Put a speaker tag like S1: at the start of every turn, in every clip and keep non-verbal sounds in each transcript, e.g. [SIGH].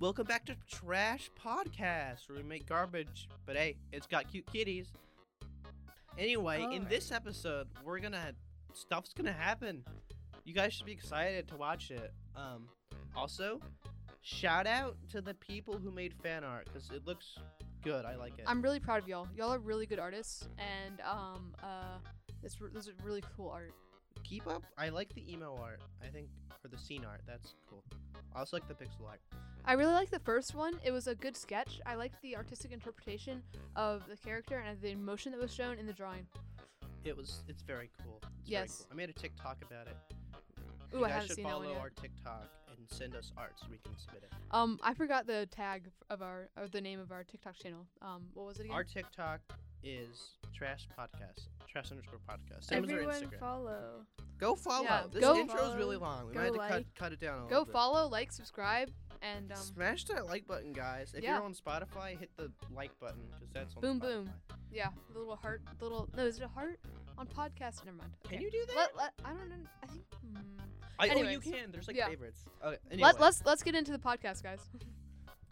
S1: Welcome back to Trash Podcast, where we make garbage, but hey, it's got cute kitties. Anyway, in
S2: Alright.
S1: this episode, we're gonna stuff's gonna happen. You guys should be excited to watch it. Um, also, shout out to the people who made fan art because it looks good. I like it.
S2: I'm really proud of y'all. Y'all are really good artists, and um, uh, this re- this is really cool art.
S1: keep up. I like the emo art. I think or the scene art. That's cool. I also like the pixel art.
S2: I really like the first one. It was a good sketch. I liked the artistic interpretation of the character and the emotion that was shown in the drawing.
S1: It was. It's very cool. It's very
S2: Yes.
S1: cool. I made a TikTok about it.
S2: Ooh,
S1: you
S2: I
S1: guys
S2: haven't
S1: should
S2: seen that
S1: follow
S2: one yet.
S1: our TikTok and send us art so we can submit it.
S2: Um, I forgot the tag of our or the name of our TikTok channel. Um, what was it again?
S1: Our TikTok is trash podcast. Trash underscore podcast. Same as
S3: Everyone
S1: our Instagram.
S3: follow.
S1: go follow.
S2: Yeah,
S1: this
S2: go
S1: intro is
S3: follow,
S1: really long. We
S3: go
S1: might have to cut,
S3: like,
S1: cut it down a little
S2: Go
S1: bit.
S2: follow, like, subscribe, and um,
S1: Smash that like button, guys. If
S2: Yeah.
S1: you're on Spotify, hit the like button because that's on
S2: Boom,
S1: Spotify.
S2: boom. yeah, the little heart, the little no, is it a heart on podcast? Never mind.
S1: Can
S2: Okay.
S1: you do that?
S2: Let, let, I don't know. I think. Hmm.
S1: I, oh, you
S2: anyways.
S1: can. There's like
S2: Yeah.
S1: favorites. Okay. Anyway.
S2: Let, let's let's get into the podcast, guys.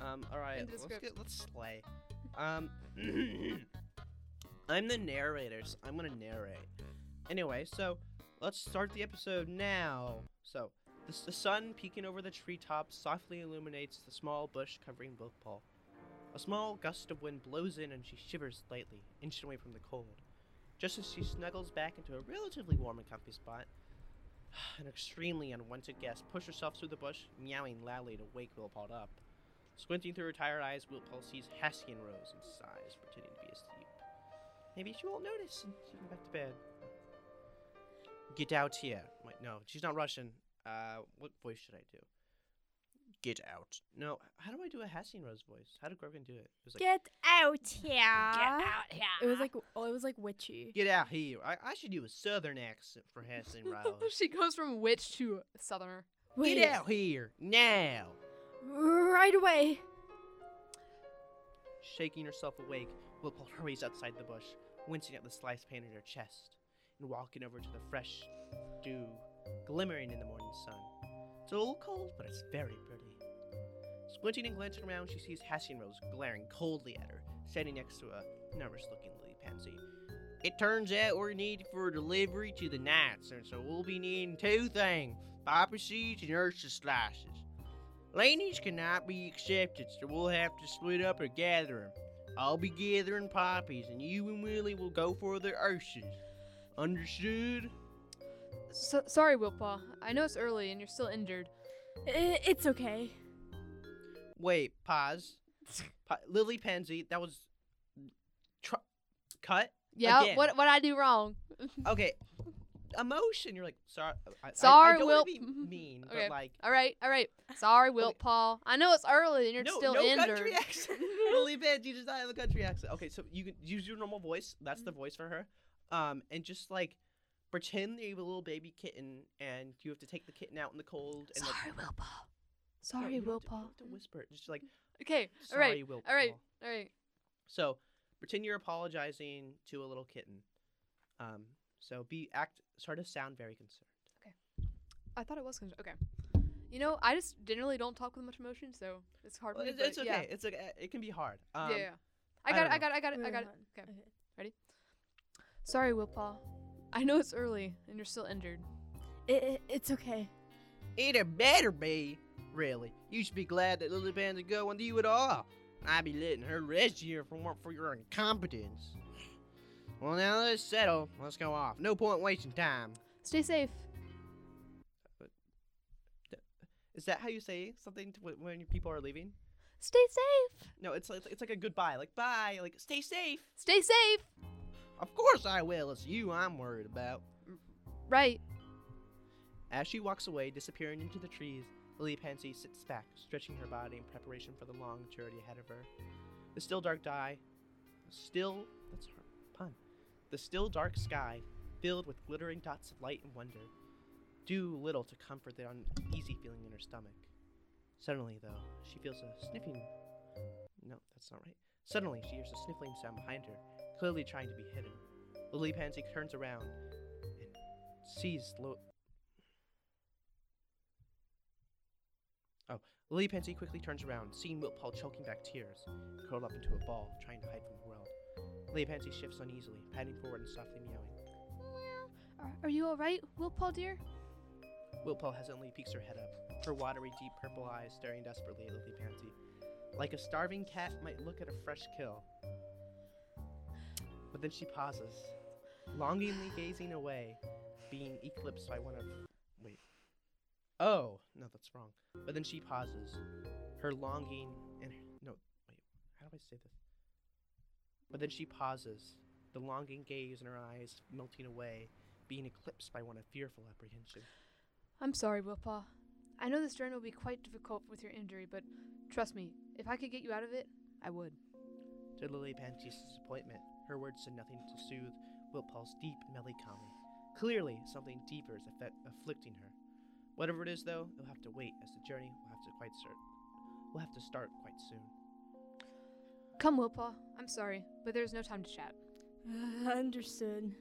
S1: Um, all right,
S2: Into the
S1: let's
S2: script.
S1: get let's slay. Um, I'm the narrator, so I'm gonna narrate. Anyway, so let's start the episode now. So the, s- the sun peeking over the treetops softly illuminates the small bush covering both Paul. A small gust of wind blows in, and she shivers lightly, inching away from the cold. Just as she snuggles back into a relatively warm and comfy spot, [SIGHS] an extremely unwanted guest pushed herself through the bush, meowing loudly to wake Willpod up. Squinting through her tired eyes, Wilpole sees Haskian Rose and sighs, pretending to be asleep. Maybe she won't notice and she can go back to bed. Get out here. Wait, no, she's not Russian. Uh, what voice should I do? Get out. No, how do I do a Haskian Rose voice? How did Grogan do it? It was like, get,
S3: Get out here.
S2: here.
S3: It was like oh, it was
S2: [LAUGHS]
S3: like witchy.
S1: out here. I, I should do a southern accent for Haskian Rose.
S2: she goes from witch to southerner.
S3: Wait,
S1: get out here now.
S3: Right away.
S1: Shaking herself awake, Wilpole hurries outside the bush, wincing at the slice pain in her chest, and walking over to the fresh dew glimmering in the morning sun. It's a little cold, but it's very pretty. Squinting and glancing around, she sees Hassian Rose glaring coldly at her, standing next to a nervous looking lily pansy. It turns out we're needed for delivery to the knights, and so we'll be needing two things poppy seeds and Ursus slices. Ladies cannot be accepted, so we'll have to split up or gather 'em. I'll be gathering poppies, and you and Willie will go for the urches. Understood?
S2: So, sorry, Wilpaw. I know it's early and you're still injured.
S3: I- It's okay.
S1: Wait,
S2: [LAUGHS]
S1: pause. Pa- Lily Pansy, that was. Tr- cut?
S2: Yeah.
S1: Again.
S2: What what I do wrong?
S1: Okay. Emotion. You're like, sorry. I- I, I,
S2: Sorry,
S1: don't wanna
S2: Wilp. [LAUGHS]
S1: be mean,
S2: Okay.
S1: but like.
S2: All right. All right. Sorry, Wilpaw. I know it's early and you're
S1: no,
S2: still
S1: no
S2: injured.
S1: country accent.
S2: [LAUGHS]
S1: [LAUGHS] Lily Pansy does not have a country accent. Okay, so you can use your normal voice. That's
S2: Mm-hmm.
S1: the voice for her. Um, and just like pretend that you have a little baby kitten, and you have to take the kitten out in the cold. And like,
S2: Sorry, Wilpaw.
S1: No,
S2: Sorry,
S1: you don't have to- you
S2: Wilpaw.
S1: don't have to whisper. it. Just like
S2: Okay. [LAUGHS] All
S1: sorry,
S2: right.
S1: Wilpaw.
S2: All right. All right.
S1: So pretend you're apologizing to a little kitten. Um, so be act sort of sound very concerned.
S2: I thought it was conj- okay. You know, I just generally don't talk with much emotion, so it's hard.
S1: Well,
S2: for me,
S1: it's, it's
S2: but
S1: okay.
S2: Yeah.
S1: It's okay. It can be hard.
S2: Yeah,
S1: Um,
S2: yeah, yeah. I
S1: I
S2: got,
S1: don't
S2: it, I
S1: know.
S2: got, it, I got it. I
S3: Moving
S2: got it.
S3: on.
S2: Okay. Sorry, Wilpaw. I know it's early and you're still injured.
S3: I- I- It's okay.
S1: It had better be. Really, you should be glad that Lily Pans is going to you at all. I'd be letting her rest here for more for your incompetence. Well, now let's settle. Let's go off. No point wasting time.
S2: Stay safe.
S1: Is that how you say something to, wh- when people are leaving?
S2: Stay safe.
S1: No, it's like it's like a goodbye, like bye, like stay safe.
S2: Stay safe.
S1: Of course I will. It's you I'm worried about.
S2: Right.
S1: As she walks away, disappearing into the trees, Lily Pansy sits back, stretching her body in preparation for the long journey ahead of her. The still dark die, still that's her pun. The still dark sky, filled with glittering dots of light and wonder, do little to comfort the uneasy feeling in her stomach. Suddenly, though, she feels a sniffing. No, that's not right. Suddenly, she hears a sniffling sound behind her, clearly trying to be hidden. Lily Pansy turns around and sees Lo- Lily Pansy quickly turns around, seeing Wilt Paul choking back tears, curled up into a ball, trying to hide from the world. Lily Pansy shifts uneasily, padding forward and softly meowing.
S2: Are, are you all right, Will Paul dear?
S1: Wilt Paul hesitantly peeks her head up, her watery, deep purple eyes staring desperately at Lily Pansy, like a starving cat might look at a fresh kill. But then she pauses, longingly gazing away, being eclipsed by one of. Wait. Oh, no, that's wrong. But then she pauses, her longing and. No, wait, how do I say this? But then she pauses, the longing gaze in her eyes melting away, being eclipsed by one of fearful apprehension.
S2: I'm sorry, Will Paul. I know this journey will be quite difficult with your injury, but trust me, if I could get you out of it, I would.
S1: To Lily Pansy's disappointment, her words did nothing to soothe Wiltpaw's deep melancholy. Clearly, something deeper is affect- afflicting her. Whatever it is, though, it'll have to wait, as the journey will have to quite start. Will have to start quite soon.
S2: Come, Will Paul. I'm sorry, but there's no time to chat.
S3: Understood.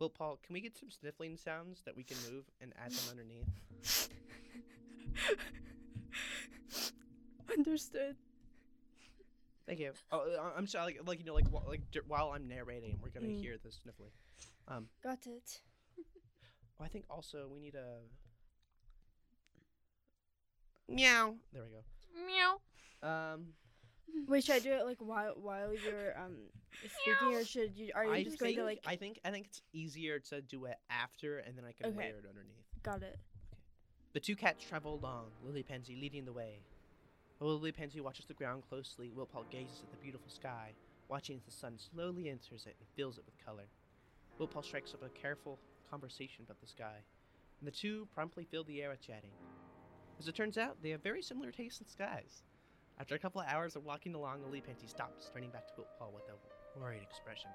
S1: Wiltpaw, can we get some sniffling sounds that we can move and add them underneath?
S3: Understood.
S1: Thank you. Oh, I- I'm sorry, like, like you know, like wh- like dur- while I'm narrating, we're gonna
S3: Mm.
S1: hear the sniffling. Um,
S3: Got it.
S1: oh, I think also we need a meow. There we go.
S2: Meow.
S1: Um,
S3: Wait, should I do it like while while you're um speaking, or should you? Are you
S1: I
S3: just
S1: think,
S3: going to like?
S1: I think I think it's easier to do it after, and then I can
S3: Okay.
S1: layer it underneath.
S3: Got it.
S1: The two cats travel along, Lily Pansy leading the way. While Lily Pansy watches the ground closely, Wilpaw gazes at the beautiful sky, watching as the sun slowly enters it and fills it with color. Wilpaw strikes up a careful conversation about the sky, and the two promptly fill the air with chatting. As it turns out, they have very similar tastes in skies. After a couple of hours of walking along, Lily Pansy stops, turning back to Wilpaw with a worried expression.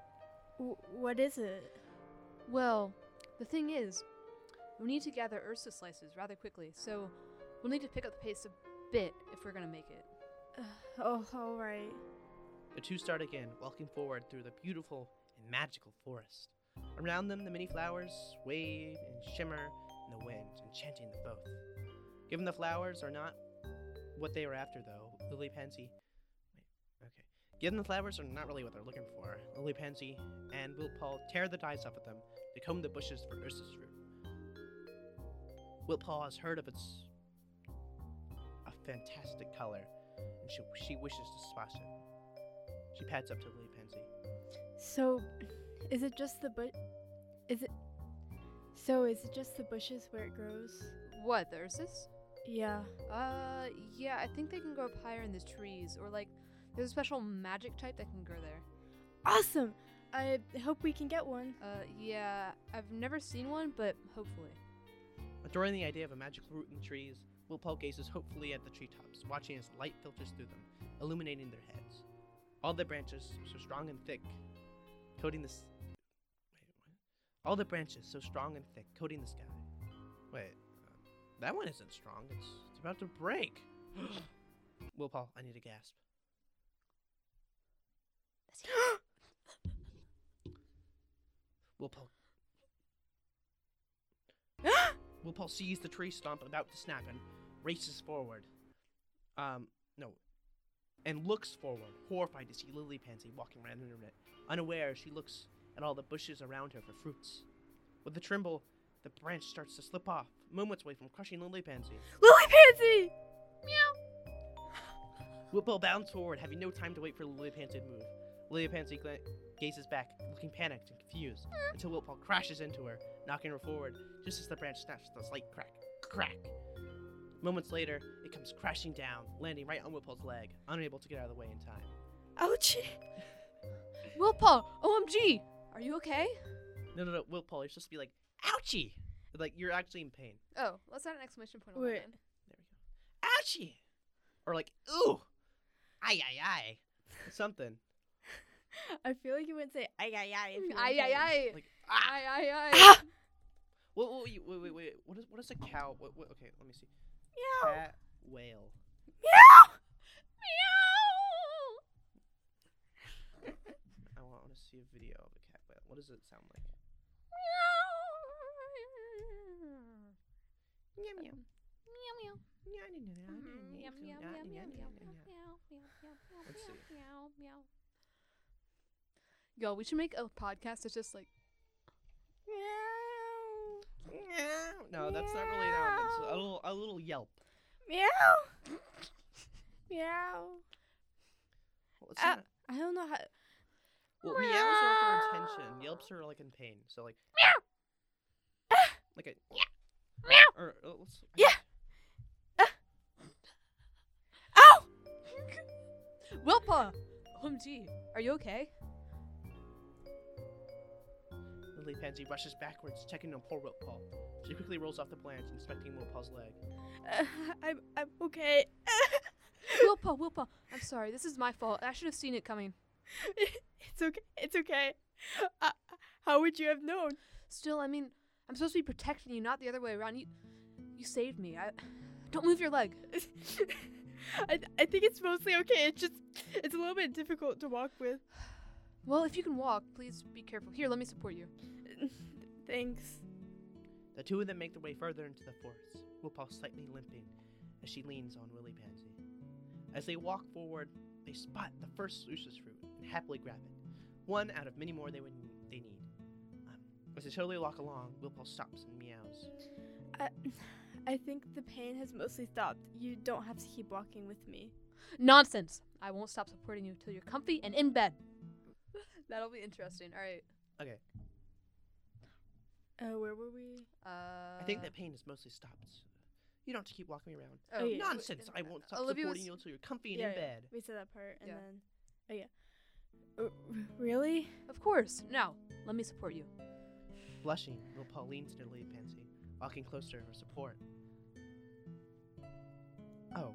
S3: W- what is it? [SIGHS]
S2: Well, the thing is, we need to gather Ursa slices rather quickly, so we'll need to pick up the pace a bit if we're gonna make it.
S3: Uh, oh, all right.
S1: The two start again, walking forward through the beautiful and magical forest. Around them, the many flowers wave and shimmer in the wind, enchanting them both. Given the flowers are not what they were after, though, Lily Pansy. Wait, okay. Given the flowers are not really what they're looking for, Lily Pansy and Wilt Paul tear the dyes off of them to comb the bushes for Ursus fruit. Wilt Paul has heard of its a fantastic color, and she, she wishes to splash it. She pads up to Lily Pansy.
S3: So, is it just the bush? Is it? So is it just the bushes where it grows?
S2: What, the Ursas?
S3: Yeah.
S2: Uh, yeah, I think they can go up higher in the trees, or like, there's a special magic type that can grow there.
S3: Awesome. I hope we can get one.
S2: Uh, yeah, I've never seen one, but hopefully.
S1: Adoring the idea of a magical root in the trees, Wilpaw gazes hopefully at the treetops, watching as light filters through them, illuminating their heads. All the branches, so strong and thick, coating the. S- Wait, what? All the branches, so strong and thick, coating the sky. Wait, um, that one isn't strong. It's, it's about to break. [GASPS] Wilpaw, I need a gasp. Wilpaw Wilpaw sees the tree stump about to snap and races forward. Um, no. And looks forward, horrified to see Lily Pansy walking around in it. Unaware, she looks at all the bushes around her for fruits. With a tremble, the branch starts to slip off, moments away from crushing Lily Pansy.
S3: Lily Pansy.
S1: Wilpaw bounds forward, having no time to wait for Lily Pansy to move. Lily Pansy gla- gazes back, looking panicked and confused, until Wilpaw crashes into her, knocking her forward, just as the branch snaps with a slight crack. Crack! Moments later, it comes crashing down, landing right on Wilpaw's leg, unable to get out of the way in time.
S3: Ouchie.
S2: Will Paul, OMG! Are you okay?
S1: No, no, no, Wilpaw, you're supposed to be like, ouchie! Like, you're actually in pain.
S2: Oh, let's add an exclamation point on
S3: Wait.
S2: that. then.
S1: There we go. Ouchie! Or like, ooh! Ay, ay, ay. Something.
S3: [LAUGHS] I feel like you wouldn't say ay ay ay. if you were
S2: Aye, aye,
S3: in pain.
S2: aye.
S1: Like, ah!
S2: Aye, aye, aye.
S3: Ah!
S1: Wait, wait, wait, wait, wait. What is what is a cow? What, what, okay, let me see.
S3: Meow.
S1: Cat whale.
S2: Meow!
S1: I want to see a video of a cat whale. What does it sound like?
S2: Meow! Meow, meow. Meow, meow, meow, meow, meow, meow, meow, meow, meow, meow,
S1: Let's
S2: meow,
S1: see.
S2: meow, meow. Yo, we should make a podcast that's just like
S1: No, that's not really an album. It's a little, a little yelp.
S3: Meow. [LAUGHS] meow. [LAUGHS]
S1: Well, it's
S3: Ah.
S1: not-
S3: I don't know how.
S1: well, meows are for attention. Yelps are like in pain. So like meow. Like a meow. Or uh, let's, I
S3: Yeah.
S1: guess-
S3: Ow!
S2: Wilpa! OMG, are you okay?
S1: Lily Pansy rushes backwards, checking on poor Wilt Paul. She quickly rolls off the blanch, inspecting Wilt Paul's leg.
S3: Uh, I'm I'm okay. [LAUGHS]
S2: Wilpa, Wilpa, I'm sorry, this is my fault. I should have seen it coming.
S3: [LAUGHS] it's okay. It's okay. Uh, how would you have known? [LAUGHS]
S2: Still, I mean, I'm supposed to be protecting you, not the other way around. You you saved me. I don't move your leg.
S3: I I think it's mostly okay. It's just it's a little bit difficult to walk with.
S2: Well, if you can walk, please be careful. Here, let me support you.
S3: Thanks.
S1: The two of them make their way further into the forest, Wilt Paul slightly limping as she leans on Lily Pansy. As they walk forward, they spot the first lucius fruit and happily grab it, one out of many more they would they need. Um, as they slowly walk along, Wilt Paul stops and meows.
S3: I I think the pain has mostly stopped. You don't have to keep walking with me.
S2: Nonsense. I won't stop supporting you till you're comfy and in bed. [LAUGHS] That'll be interesting. All right.
S1: Okay,
S3: Uh, where were we?
S2: Uh,
S1: I think that pain is mostly stopped. You don't have to keep walking me around.
S3: Oh, yeah.
S1: Nonsense! I won't stop
S2: uh, Olivia
S1: supporting
S2: was-
S1: you until you're comfy and
S3: Yeah,
S1: in
S3: yeah.
S1: bed.
S3: We said that part, and
S2: Yeah.
S3: then oh yeah. Uh, r- really?
S2: Of course. Now, let me support you.
S1: Blushing, Will Paul leans into Lily Pansy, walking closer for support. Oh,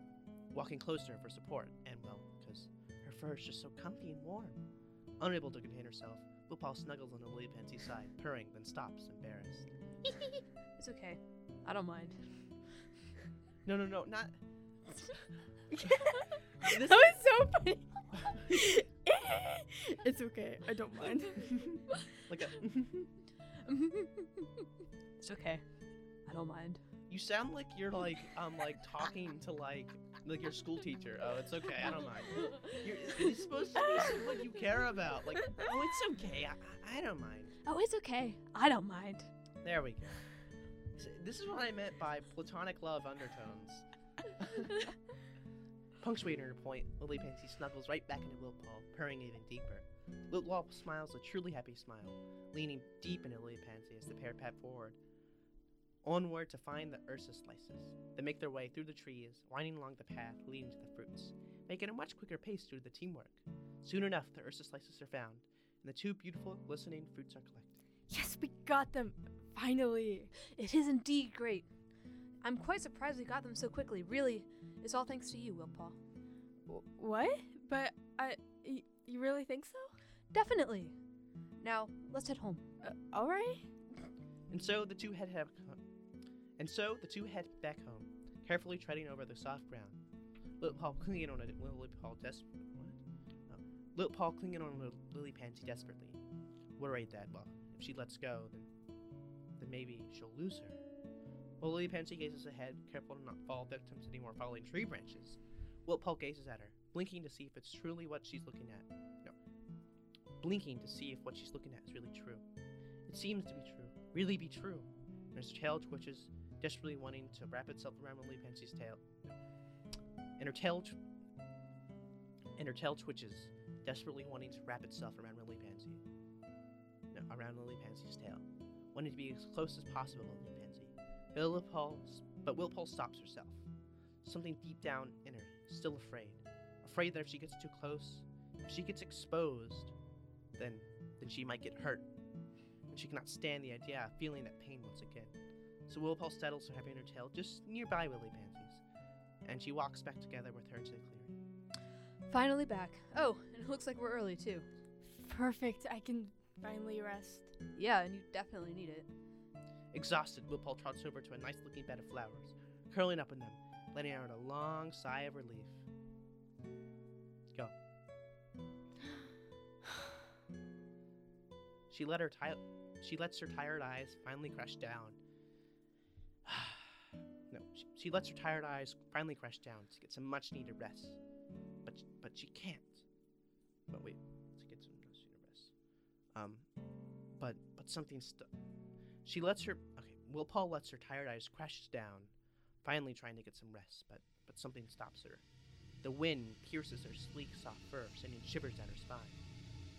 S1: walking closer for support, and well, because her fur is just so comfy and warm. Unable to contain herself, Will Paul snuggles on Lily Pansy's side, purring, then stops, embarrassed.
S2: It's okay. I
S1: [LAUGHS]
S2: don't mind.
S1: No, no, no, not. [LAUGHS]
S3: that
S1: This-
S3: was so funny. it's okay. I
S1: [LAUGHS]
S3: don't mind.
S1: Like a,
S2: it's okay. I
S1: [LAUGHS]
S2: don't mind.
S1: you sound like you're like um like talking to like like your school teacher. Oh, it's okay. I don't mind.
S2: Oh,
S1: You're, it's supposed to be someone you care about. Like, oh, it's okay. I, I- I don't mind.
S2: Oh, it's okay. I don't mind.
S1: There we go. S- This is what I meant by platonic love undertones. Punctuating her point, Lily Pansy snuggles right back into Wilt Paul, purring even deeper. Wilt Paul smiles a truly happy smile, leaning deep into Lily Pansy as the pair pat forward. Onward to find the Ursa slices. They make their way through the trees, winding along the path leading to the fruits, making a much quicker pace due to the teamwork. Soon enough, the Ursa slices are found, and the two beautiful, glistening fruits are collected.
S3: yes, we got them finally.
S2: It is indeed great. I'm quite surprised we got them so quickly. Really, it's all thanks to you, Will Paul.
S3: Wh- What? But I, y- you really think so?
S2: Definitely. Now, let's head home.
S3: Uh, all right.
S1: And so the two head back home. And so the two head back home, carefully treading over the soft ground. Lil Paul clinging on a Lily Paul desperately. What? No. Lil Paul clinging on Lil- Lily Pansy desperately, worried that well, if she lets go, then then maybe she'll lose her. While Lily Pansy gazes ahead, careful to not fall victim to any more falling tree branches. Wilt Paul gazes at her, blinking to see if it's truly what she's looking at. No, blinking to see if what she's looking at is really true. It seems to be true, really be true. And as her tail twitches, desperately wanting to wrap itself around Lily Pansy's tail. And her tail. Tw- and her tail twitches, desperately wanting to wrap itself around Lily Pansy. No, around Lily Pansy's tail, wanting to be as close as possible to Lily Pansy. But Lily Paul, but Will Paul stops herself. Something deep down in her, still afraid, afraid that if she gets too close, if she gets exposed, then then she might get hurt and she cannot stand the idea of feeling that pain once again. So Willpow settles her having her tail just nearby Willy Pansy's, and she walks back together with her into the clearing.
S2: Finally back. Oh, and it looks like we're early, too.
S3: Perfect. I can finally rest.
S2: Yeah, and you definitely need it.
S1: Exhausted, Willpow trots over to a nice looking bed of flowers, curling up in them, letting out a long sigh of relief. Go. She let her ti- she lets her tired eyes finally crash down. [SIGHS] no, she, she She lets her tired eyes finally crash down to get some much needed rest. But but she can't. But wait, to get some much needed rest. Um but but something stuck. She lets her okay, Will Paul lets her tired eyes crash down, finally trying to get some rest, but but something stops her. The wind pierces her sleek soft fur, sending shivers down her spine.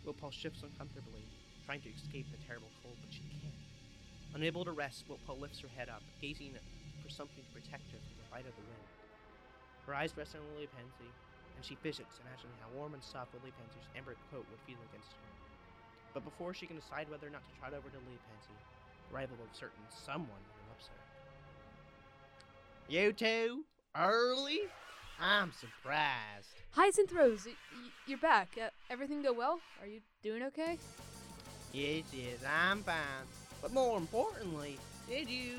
S1: Will Paul shifts uncomfortably, trying to escape the terrible cold, but she can't. Unable to rest, Will Paul lifts her head up, gazing for something to protect her from the bite of the wind. Her eyes rest on Lily Pansy, and she fidgets, imagining how warm and soft Lily Pansy's amber coat would feel against her. But before she can decide whether or not to trot over to Lily Pansy, the arrival of a certain someone interrupts her. You two? Early? I'm surprised.
S2: Highs and throws. Y- y- you're back. Uh, everything go well? Are you doing okay?
S1: Yes, yes, I'm fine. But more importantly, did you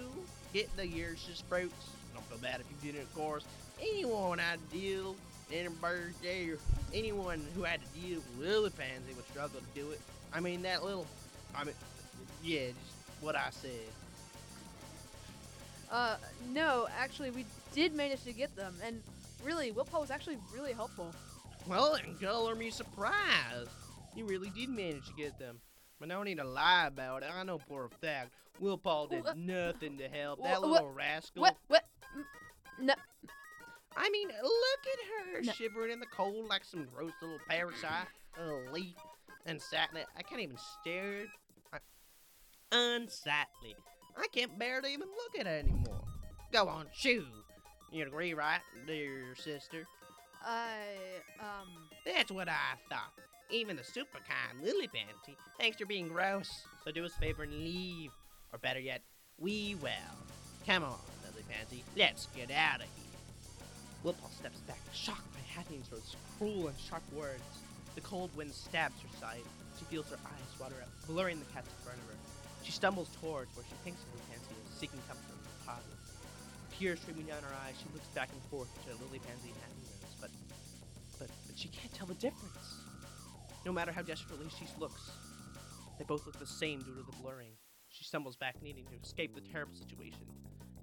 S1: get the Yersis fruits? Don't feel bad if you didn't, of course. Anyone I deal in birds there, anyone who had to deal with Lily Pansy would struggle to do it. I mean, that little, I mean, yeah, just what I said.
S2: Uh, no, actually, we did manage to get them, and really, Will Paul was actually really helpful.
S1: Well, and color me surprised. You really did manage to get them. But no need to lie about it. I know for a fact Will Paul did
S2: Wha-
S1: nothing to help.
S2: wha-
S1: That
S2: wha-
S1: little rascal.
S2: What? What? Mm,
S1: I mean, look at her
S2: No.
S1: shivering in the cold like some gross little parasite, a leaf, unsightly. I can't even stare. I- Unsightly. I can't bear to even look at her anymore. Go on, chew. You agree, right, dear sister?
S2: I um.
S1: That's what I thought. Even the super kind Lily Pansy thanks for being gross. So do us a favor and leave. Or better yet, we will. Come on, Lily Pansy, let's get out of here. Wilpaw steps back, shocked by Hattingsworth's cruel and sharp words. The cold wind stabs her side. She feels her eyes water up, blurring the cats in front of her. She stumbles towards where she thinks Lily Pansy is seeking comfort and positive. Tears streaming down her eyes, she looks back and forth to Lily Pansy and Hattingsworth, but but, but she can't tell the difference. No matter how desperately she looks, they both look the same due to the blurring. She stumbles back, needing to escape the terrible situation.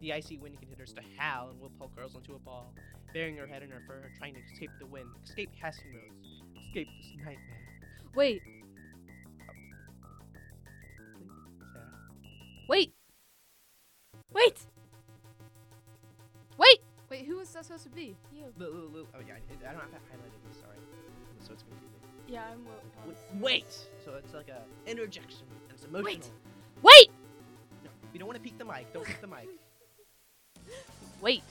S1: The icy wind continues to howl, and Willpaw curls into a ball, burying her head in her fur, trying to escape the wind, escape Casting Roads, escape this nightmare.
S2: Wait.
S1: Sarah.
S2: Wait.
S3: Wait!
S2: Wait. Wait. Who was that supposed to be?
S3: You.
S1: Lu- Lu- Lu- oh yeah, I, I don't have that highlighted. I'm Sorry, so it's confusing.
S3: Yeah, I'm Will.
S1: Wait, wait. So it's like a interjection, and it's emotional.
S2: Wait.
S1: No, we don't want to peek the mic. Don't peek the mic.
S2: Wait.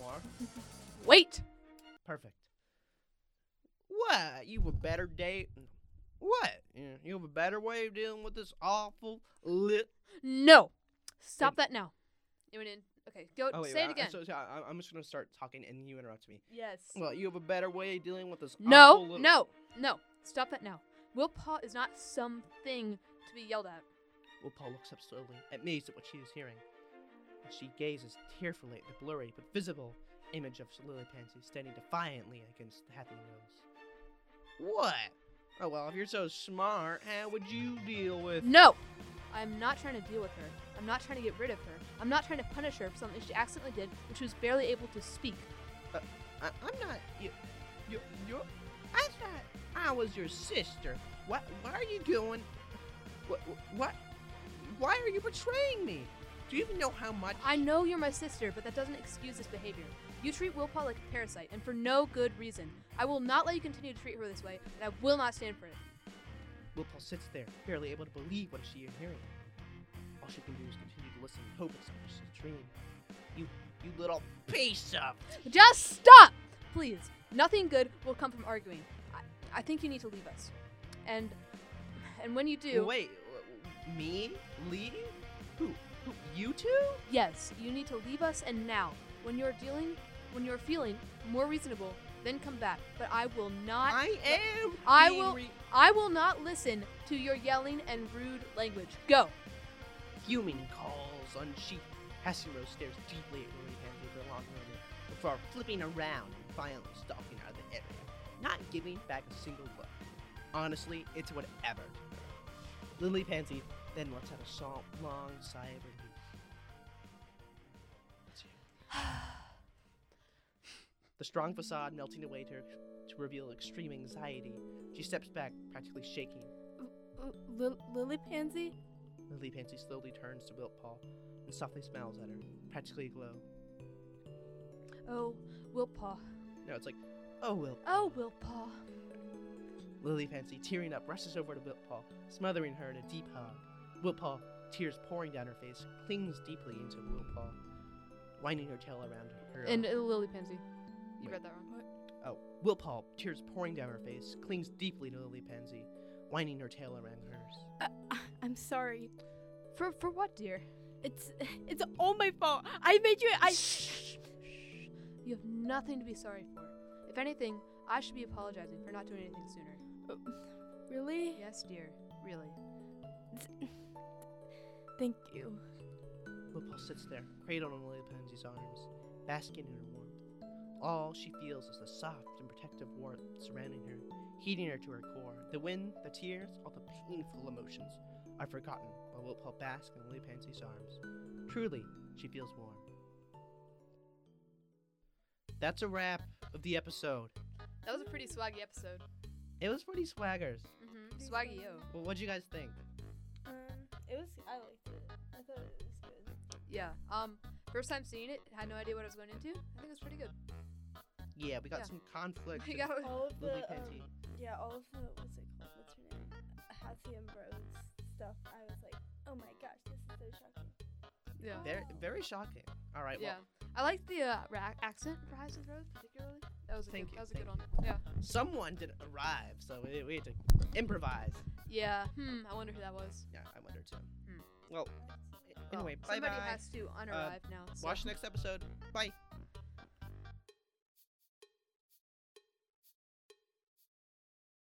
S1: More.
S2: Wait.
S1: Perfect. What? You have a better day? What? You- You have a better way of dealing with this awful lit.
S2: No. Stop
S1: Wait.
S2: that now. It went in. Okay. Go.
S1: Oh,
S2: say
S1: I,
S2: it again.
S1: I'm, so- so I- I'm just gonna start talking, and you interrupt me.
S2: yes.
S1: Well, you have a better way of dealing with this. awful
S2: No,
S1: little-
S2: no, no. Stop that now. Will Paul is not something to be yelled at.
S1: Well, Paul looks up slowly, amazed at what she is hearing. And she gazes tearfully at the blurry but visible image of Lily Pansy standing defiantly against the happy rose. What? Oh well, if you're so smart, how would you deal with?
S2: No! I'm not trying to deal with her. I'm not trying to get rid of her. I'm not trying to punish her for something she accidentally did when she was barely able to speak.
S1: I, I'm not. You, you, you. I thought I was your sister. What? What are you doing? What? What? Why are you betraying me? Do you even know how much?
S2: I know you're my sister, but that doesn't excuse this behavior. You treat Will Paul like a parasite, and for no good reason. I will not let you continue to treat her this way, and I will not stand for it.
S1: Willpaul sits there, barely able to believe what she is hearing. All she can do is continue to listen and hope it's not just a dream. You, you little piece of.
S2: Just stop! Please. Nothing good will come from arguing. I, I think you need to leave us. And and when you do,
S1: Wait, wh- me? Leave? Who? Who? You two?
S2: Yes, you need to leave us and now. When you're dealing, when you're feeling more reasonable, then come back. But I will not.
S1: I am.
S2: I
S1: being
S2: will-
S1: re-
S2: I will not listen to your yelling and rude language. Go.
S1: Fuming calls unsheathed. Hasiro stares deeply at Lily Pansy for a long moment before flipping around and violently stalking out of the area, not giving back a single look. Honestly, it's whatever. Lily Pansy then lets out a so- long sigh of relief. That's it. [SIGHS] the strong facade melting away to, to reveal extreme anxiety. She steps back, practically shaking.
S3: Uh, Lil Lily Pansy?
S1: Lily Pansy slowly turns to Wilt Paul and softly smiles at her, practically aglow.
S2: Oh, Wilpaw.
S1: No, it's like, oh, Wilt.
S2: Oh, Wilpaw.
S1: Lily Fancy, tearing up, rushes over to Wiltpaw, smothering her in a deep hug. Wiltpaw, tears pouring down her face, clings deeply into Wiltpaw, winding her tail around her.
S2: And uh, Lily Pansy. You
S1: Wait.
S2: read that wrong.
S1: oh, Wiltpaw, tears pouring down her face, clings deeply to Lily Pansy, winding her tail around hers.
S3: Uh, uh, I'm sorry.
S2: For for what, dear?
S4: [LAUGHS]
S3: It's it's all my fault. I made you. I.
S2: You have nothing to be sorry for. If anything, I should be apologizing for not doing anything sooner.
S3: [LAUGHS] Really?
S2: Yes, dear. Really.
S3: Thank you.
S1: Wiltpaw sits there, cradled in Lily Pansy's arms, basking in her warmth. All she feels is the soft and protective warmth surrounding her, heating her to her core. The wind, the tears, all the painful emotions are forgotten while Wiltpaw basks in Lily Pansy's arms. Truly, she feels warm. That's a wrap of the episode.
S2: That was a pretty swaggy episode.
S1: It was pretty swaggers.
S2: Mm-hmm.
S3: Pretty
S2: Swaggy
S3: swaggy.
S2: yo.
S1: Well, what'd you guys think?
S3: Um, it was. I liked it. I thought it was good.
S2: Yeah. Um, first time seeing it, had no idea what I was going into. I think it was pretty good.
S1: Yeah, we got
S2: Yeah.
S1: some conflict. [LAUGHS]
S2: I got-
S4: all of
S1: Lily
S4: the
S1: Pansy.
S4: um, yeah, all of the what's it called? What's her name? Hathiam Rhodes stuff. I was like, oh my gosh, this is so shocking.
S2: yeah.
S1: Very, very shocking. All right,
S2: yeah.
S1: well,
S2: I liked the uh, ra- accent for Horizon Rose particularly. That was a
S1: Thank
S2: good.
S1: you,
S2: That was a good
S1: thank
S2: one. Yeah.
S1: someone didn't arrive, so we, we had to improvise.
S2: Yeah. Hmm. I wonder who that was.
S1: Yeah, I wonder too.
S2: Hmm.
S1: Well, a-
S2: Well,
S1: anyway, bye
S2: somebody
S1: bye. Uh,
S2: has to unarrive now. So.
S1: Watch next episode. Bye.